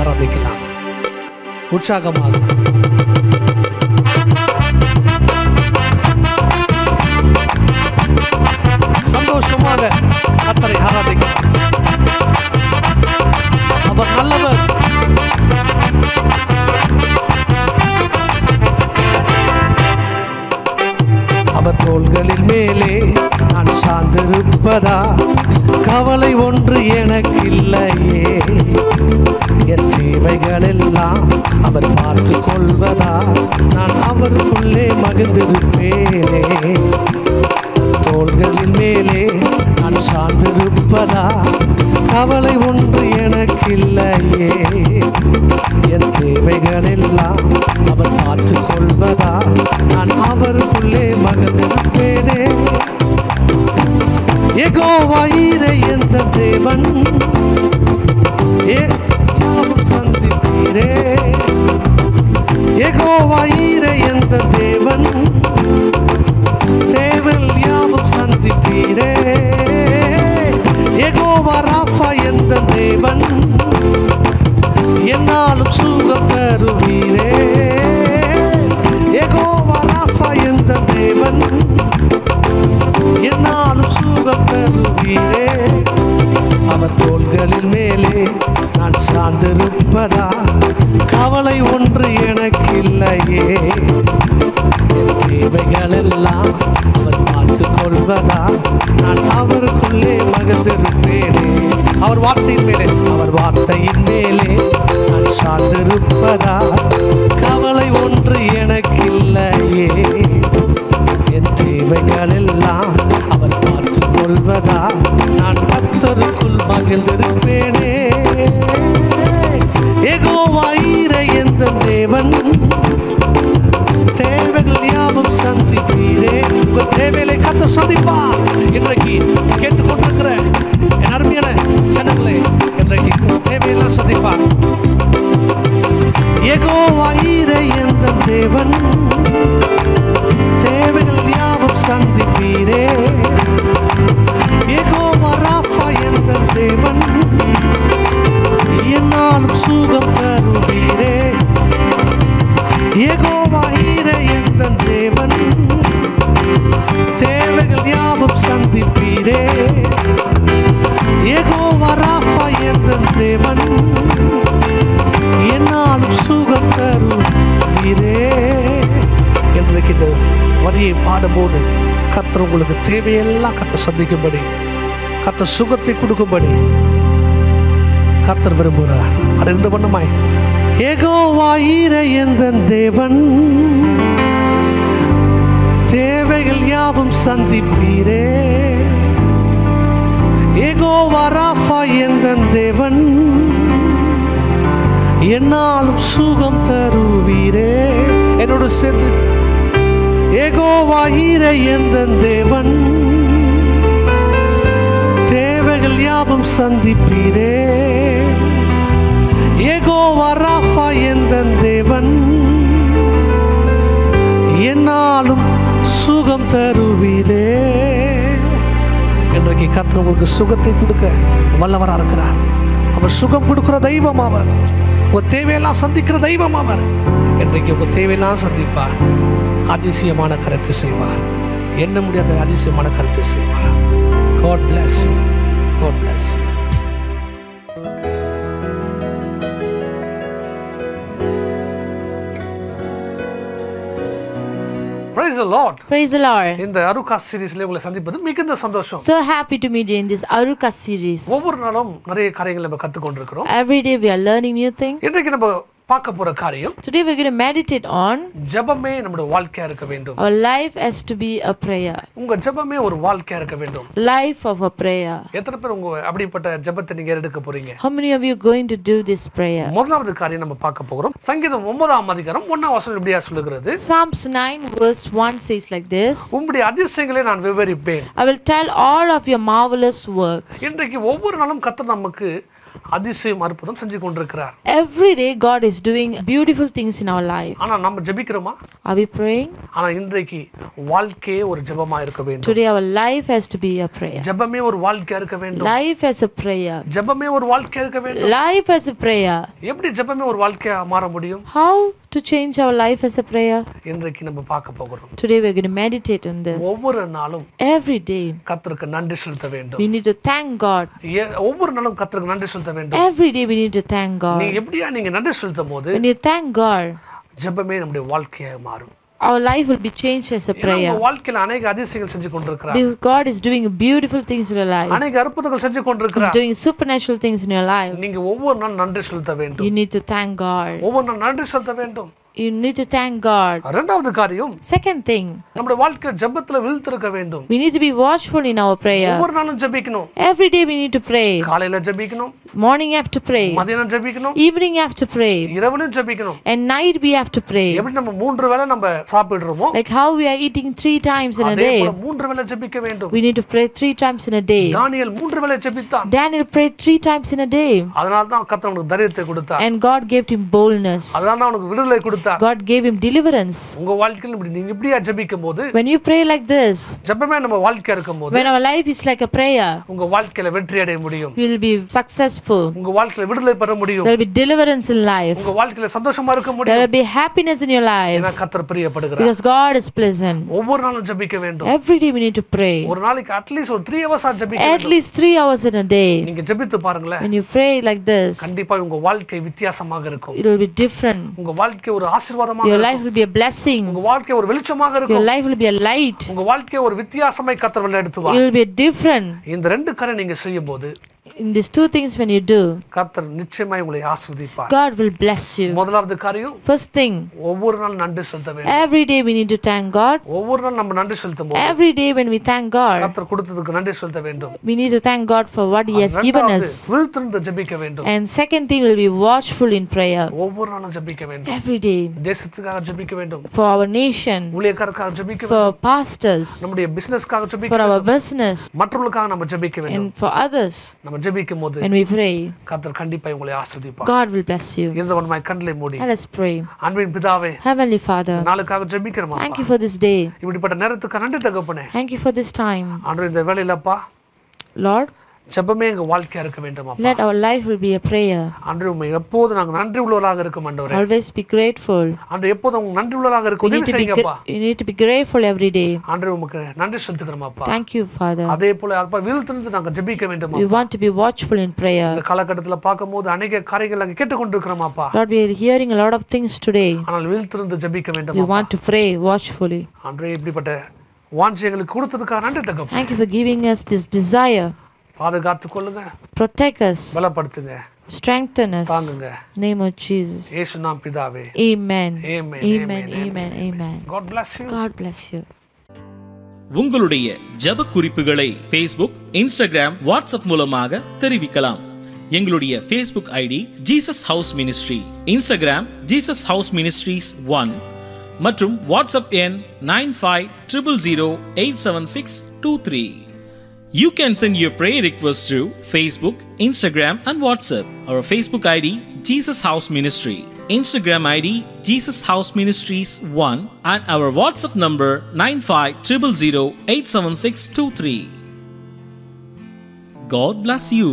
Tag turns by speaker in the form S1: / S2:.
S1: ஆராதிக்கலாம் உற்சாகமாக சந்தோஷமாக கத்தரை ஆராதிக்கலாம் அவர் நல்லவர் அவர் தோள்களின் மேலே நான் சார்ந்திருப்பதா கவலை ஒன்று எனக்கில்லையே என் தேவைகளெல்லாம் அவர் பார்த்து கொள்வதா நான் அவருக்குள்ளே மகிழ்ந்திருப்பேனே தோள்களின் மேலே நான் சார்ந்திருப்பதா கவலை ஒன்று எனக்கில்லையே என் தேவைகளெல்லாம் அவர் பார்த்து கொள்வதா நான் அவருக்குள்ளே மகிழ்ந்திருப்பேனே ஏகோவாயிரே எந்த தேவன் ஏகோவாவும் சந்திப்பீரே ஏகோவாயிரே எந்த தேவன் தேவல் யாவும் சந்திப்பீரே ஏகோவா ராஃபா எந்த தேவன் என்னாலும் சுகம் தருவீரே ஏகோவா ராஃபா எந்த தேவன் என்னாலும் சுகம் தருவீரே அவர் தோள்களின் மேலே நான் சார்ந்திருப்பதா கவலை ஒன்று எனக்கில்லையே என் தேவைகளெல்லாம் அவர் பார்த்து கொள்வதா நான் அவருக்குள்ளே மகிழ்ந்திருப்பேனே அவர் வார்த்தையின் மேலே அவர் வார்த்தையின் மேலே நான் சார்ந்திருப்பதா கவலை ஒன்று எனக்கில்லையே என் தேவைகளெல்லாம் அவர் பார்த்து கொள்வதா நான் கத்தருக்குள் மகிழ்ந்திருப்பேனே ஏகோவாயிர எந்த தேவன் தேவைகள் யாவும் சந்திப்பீரே உங்கள் தேவைகளை கத்த சந்திப்பா இன்றைக்கு கேட்டுக்கொண்டிருக்கிற என் அருமையான சனங்களே இன்றைக்கு உங்கள் தேவையெல்லாம் சந்திப்பா ஏகோவாயிர எந்த தேவன் தேவைகள் யாவும் சந்திப்பீரே ஏகோவா ராஃபா எந்த தேவன் என்னாலும் சுகம் தருவீரே ஏகோவா ஈர எந்த தேவன் தேவைகள் யாவும் சந்திப்பீரே ஏகோவா ராஃபா எந்த தேவன் என்னாலும் சுகம் தருவீரே இன்றைக்கு இந்த வரியை பாடும்போது கத்தர் உங்களுக்கு தேவையெல்லாம் கத்த சந்திக்கும்படி கத்தர் சுகத்தை கொடுக்கும்படி கர்த்தர் விரும்புகிறார் அது இருந்து பண்ணுமாய் ஏகோவாயிர எந்தன் தேவன் தேவைகள் யாவும் சந்திப்பீரே ஏகோவா ராஃபா எந்தன் தேவன் என்னாலும் சுகம் தருவீரே என்னோட சேர்ந்து ஏகோவாயிர எந்தன் தேவன் தேவைகள் யாவும் சந்திப்பீரே ஏகோவா ராஃபா எந்தன் தேவன் என்னாலும் சுகம் தருவீரே இன்றைக்கு கர்த்தர் உங்களுக்கு சுகத்தை கொடுக்க வல்லவராக இருக்கிறார் அவர் சுகம் கொடுக்கிற தெய்வம் அவர் உங்கள் தேவையெல்லாம் சந்திக்கிற தெய்வம் அவர் இன்றைக்கு உங்கள் தேவையெல்லாம் சந்திப்பார் அதிசயமான கருத்து செய்வார் என்ன முடியாத அதிசயமான கருத்து செய்வார் God bless you God bless you Praise the Lord.
S2: Praise the Lord.
S1: இந்த அருகா சீரீஸ்ல உங்களை சந்திப்பது மிகுந்த சந்தோஷம்
S2: So happy to meet you in this Aruka series.
S1: ஒவ்வொரு நாளும் நிறைய காரியங்களை நம்ம கத்துக்கொண்டிருக்கிறோம்
S2: Every day we are learning new things.
S1: இன்றைக்கு நம்ம பார்க்க போற காரியம்
S2: Today we're going to meditate on
S1: ஜெபமே நம்முடைய வாழ்க்கையா இருக்க வேண்டும்
S2: our life as to be a prayer.
S1: உங்க ஜெபமே ஒரு வாழ்க்கையா இருக்க வேண்டும்
S2: Life of a prayer.
S1: எத்தனை பேர் உங்க அப்படிப்பட்ட ஜெபத்தை நீங்க எடுக்க போறீங்க
S2: How many of you are going to do this prayer?
S1: முதலாவது காரியம் நம்ம பார்க்க போகிறோம் சங்கீதம் ஒன்பதாம் அதிகாரம் ஒன்னாம் வசனம் இப்படியா சொல்லுகிறது
S2: Psalms 9 verse 1 says like this
S1: உங்களுடைய அதிசயங்களை நான் விவரிப்பேன்
S2: I will tell all of your marvelous works.
S1: இன்றைக்கு ஒவ்வொரு நாளும் கத்தர் நமக்கு அதிசயம் அற்புதம் செஞ்சு கொண்டிருக்கிறார்
S2: Every day, God is doing beautiful things in our life.
S1: ஆனா நம்ம ஜெபிக்கிறோமா
S2: Are we praying?
S1: ஆனா இன்றைக்கு வாழ்க்கையே ஒரு ஜெபமா இருக்க வேண்டும்
S2: Today, our life has to be a prayer.
S1: ஜெபமே ஒரு வாழ்க்கையா இருக்க வேண்டும்
S2: Life as a prayer.
S1: ஜெபமே ஒரு வாழ்க்கையா இருக்க வேண்டும்
S2: Life as a prayer.
S1: எப்படி ஜெபமே ஒரு வாழ்க்கையா மாற முடியும்
S2: How to change our life as a prayer?
S1: இன்றைக்கு நம்ம பார்க்க போகிறோம்
S2: Today, we're going to meditate on this.
S1: ஒவ்வொரு நாளும்
S2: Every day,
S1: கர்த்தருக்கு நன்றி செலுத்த வேண்டும்
S2: we need to thank God.
S1: ஏ- ஒவ்வொரு நாளும் கர்த்தருக்கு நன்றி செலுத்த வேண்டும்
S2: Every day, we need to thank God.
S1: நீங்க எப்படியா நீங்க நன்றி செலுத்தும் போது
S2: When you thank God,
S1: ஜெபமே நம்முடைய வாழ்க்கையாக மாறும்
S2: our life will be changed as a
S1: ஏன்னா
S2: prayer.
S1: உங்க வாழ்க்கையில அநேக அதிசயங்கள் செஞ்சு கொண்டிருக்கிறார்
S2: Because God is doing beautiful things in your life,
S1: அநேக அற்புதங்கள் செஞ்சு
S2: He's
S1: கொண்டிருக்கிறார்
S2: doing supernatural things in your life.
S1: நீங்க ஒவ்வொரு நாள் நன்றி செலுத்த வேண்டும்
S2: You need to thank God.
S1: ஒவ்வொரு நாள் நன்றி செலுத்த வேண்டும்
S2: You need to thank God.
S1: இரண்டாவது காரியம்
S2: Second thing,
S1: நம்முடைய வாழ்க்கையில ஜெபத்துல விழுத்திருக்க வேண்டும்
S2: we need to be watchful in our prayer.
S1: ஒவ்வொரு நாளும் ஜெபிக்கணும்
S2: Every day we need to pray.
S1: காலையில ஜெபிக்கணும்
S2: Morning have to pray.
S1: மதியானம் ஜெபிக்கணும்
S2: Evening have to pray.
S1: இரவுலையும் ஜெபிக்கணும்
S2: And night we have to pray.
S1: எப்படி நம்ம மூன்று வேளை நம்ம சாப்பிடுறோமோ
S2: Like how we are eating three times in a
S1: அதே
S2: day.
S1: போல மூன்று வேளை ஜெபிக்க வேண்டும்
S2: We need to pray three times in a day.
S1: Daniel மூன்று வேளை ஜெபித்தான்
S2: Daniel prayed three times in a day.
S1: அதனால தான் கர்த்தர் உனக்கு தைரியத்தை கொடுத்தார்
S2: And God gave him boldness.
S1: அதனால தான் உனக்கு விடுதலை கொடுத்தார்
S2: God gave him deliverance.
S1: உங்க வாழ்க்கையில இப்படி நீங்க இப்படியா ஜெபிக்கும் போது
S2: When you pray like this,
S1: ஜெபமே நம்ம வாழ்க்கையா இருக்கும் போது
S2: when our life is like a prayer,
S1: உங்க வாழ்க்கையில வெற்றி அடைய முடியும்
S2: we will be successful.
S1: உங்க வாழ்க்கையில விடுதலை பெற முடியும்
S2: There will be deliverance in life.
S1: உங்க வாழ்க்கையில சந்தோஷமா இருக்க
S2: There
S1: முடியும்
S2: will be happiness in your life
S1: ஏன்னா கர்த்தர் பிரியப்படுகிறார்
S2: because God is pleasant.
S1: ஒவ்வொரு நாளும் ஜெபிக்க வேண்டும்
S2: Every day we need to pray.
S1: ஒரு நாளைக்கு அட்லீஸ்ட் ஒரு த்ரீ ஹவர்ஸ் ஜெபிக்க
S2: At least three hours in a day.
S1: நீங்க ஜெபித்து பாருங்களேன்
S2: When you pray like this,
S1: கண்டிப்பா உங்க வாழ்க்கை வித்தியாசமாக இருக்கும்
S2: it will be different.
S1: உங்க வாழ்க்கை ஒரு ஆசீர்வாதமாக
S2: Your
S1: இருக்கும்.
S2: life will be a blessing.
S1: உங்க வாழ்க்கை ஒரு வெளிச்சமாக
S2: Your
S1: இருக்கும்
S2: life will be a light.
S1: உங்க வாழ்க்கை ஒரு வித்தியாசமாய் கத்தர்
S2: It
S1: வழிநடத்துவார்
S2: will be different.
S1: இந்த ரெண்டு கரை நீங்க செய்யும் போது
S2: In these two things, when you do,
S1: கத்தர் நிச்சயமாய் உங்களை ஆஸ்வதிப்பார்
S2: God will bless you.
S1: முதலாவது காரியம்
S2: First thing,
S1: ஒவ்வொரு நாள் நன்றி செலுத்த வேண்டும்
S2: every day we need to thank God.
S1: ஒவ்வொரு நாள் நம்ம நன்றி செலுத்தும் போது
S2: Every day when we thank God,
S1: கத்தர் கொடுத்ததுக்கு நன்றி செலுத்த வேண்டும்
S2: we need to thank God for what He has given
S1: ரெண்டாவது,
S2: us.
S1: விழித்திருந்து ஜெபிக்க வேண்டும்
S2: And second thing will be watchful in prayer
S1: ஒவ்வொரு நாளும் ஜெபிக்க வேண்டும்
S2: every day
S1: தேசத்துக்காக ஜெபிக்க வேண்டும்
S2: for our nation,
S1: ஊழியக்காரருக்காக ஜெபிக்க வேண்டும்
S2: for pastors,
S1: நம்முடைய பிசினஸ்க்காக ஜெபிக்க
S2: for our business,
S1: மற்றவர்களுக்காக நம்ம ஜெபிக்க வேண்டும்
S2: and for others.
S1: நம்ம ஜெபிக்கும் போது
S2: When we pray,
S1: கத்தர் கண்டிப்பா உங்களை ஆஸ்வதிப்பார்
S2: God will bless you.
S1: இருந்தவன் கண்களை மூடி
S2: Let us pray.
S1: அன்பின் பிதாவே
S2: Heavenly Father,
S1: நாளுக்காக ஜெபிக்கிறோம்
S2: thank you for this day.
S1: இப்படிப்பட்ட நேரத்துக்கு நன்றி தகப்பனே
S2: Thank you for this time.
S1: ஆண்டு இந்த வேலையிலப்பா
S2: Lord,
S1: ஜெபமே எங்க வாழ்க்கையா இருக்க வேண்டும் அப்பா
S2: let our life will be a prayer.
S1: அன்று உண்மை எப்போது நாங்க நன்றி உள்ளவராக இருக்கும் ஆண்டவரே
S2: Always be grateful.
S1: அன்று எப்போது உங்களுக்கு நன்றி உள்ளவராக இருக்க
S2: We need
S1: உதவி
S2: to be,
S1: செய்யுங்கப்பா
S2: gra- you need to be grateful every day.
S1: அன்று உமக்கு நன்றி செலுத்துக்கிறோம் அப்பா
S2: Thank you, Father.
S1: அதே போல அப்பா விழுத்திருந்து நாங்க ஜெபிக்க வேண்டும்
S2: We want to be watchful in
S1: இந்த
S2: prayer.
S1: காலகட்டத்துல பார்க்கும்போது அநேக காரியங்கள் நாங்க கேட்டுக்கொண்டிருக்கிறோம் அப்பா
S2: Lord, we are hearing a lot of things today.
S1: ஆனால் விழுத்திருந்து ஜெபிக்க வேண்டும்
S2: We want to pray watchfully.
S1: அன்றே இப்படிப்பட்ட வாஞ்சி எங்களுக்கு கொடுத்ததுக்காக நன்றி தகப்பா
S2: Thank you for giving us this desire.
S1: பாதுகாத்து கொள்ளுங்க
S2: Protect us,
S1: பலப்படுத்துங்க
S2: strengthen us.
S1: தாங்குங்க
S2: Name of Jesus.
S1: ஏசு நாம் பிதாவே
S2: Amen.
S1: Amen,
S2: Amen.
S1: amen,
S2: Amen. Amen.
S1: God bless you.
S2: God bless you.
S3: உங்களுடைய ஜெப குறிப்புகளை Facebook, Instagram, வாட்ஸ்அப் மூலமாக தெரிவிக்கலாம் எங்களுடைய Facebook ID Jesus house ministry Instagram Jesus house ministries one மற்றும் வாட்ஸ்அப் எண் nine five triple zero eight seven six two three you can send your pray request through Facebook Instagram and WhatsApp our Facebook ID Jesus house ministry Instagram ID Jesus House Ministries 1 and our WhatsApp number 9500876623. God bless you.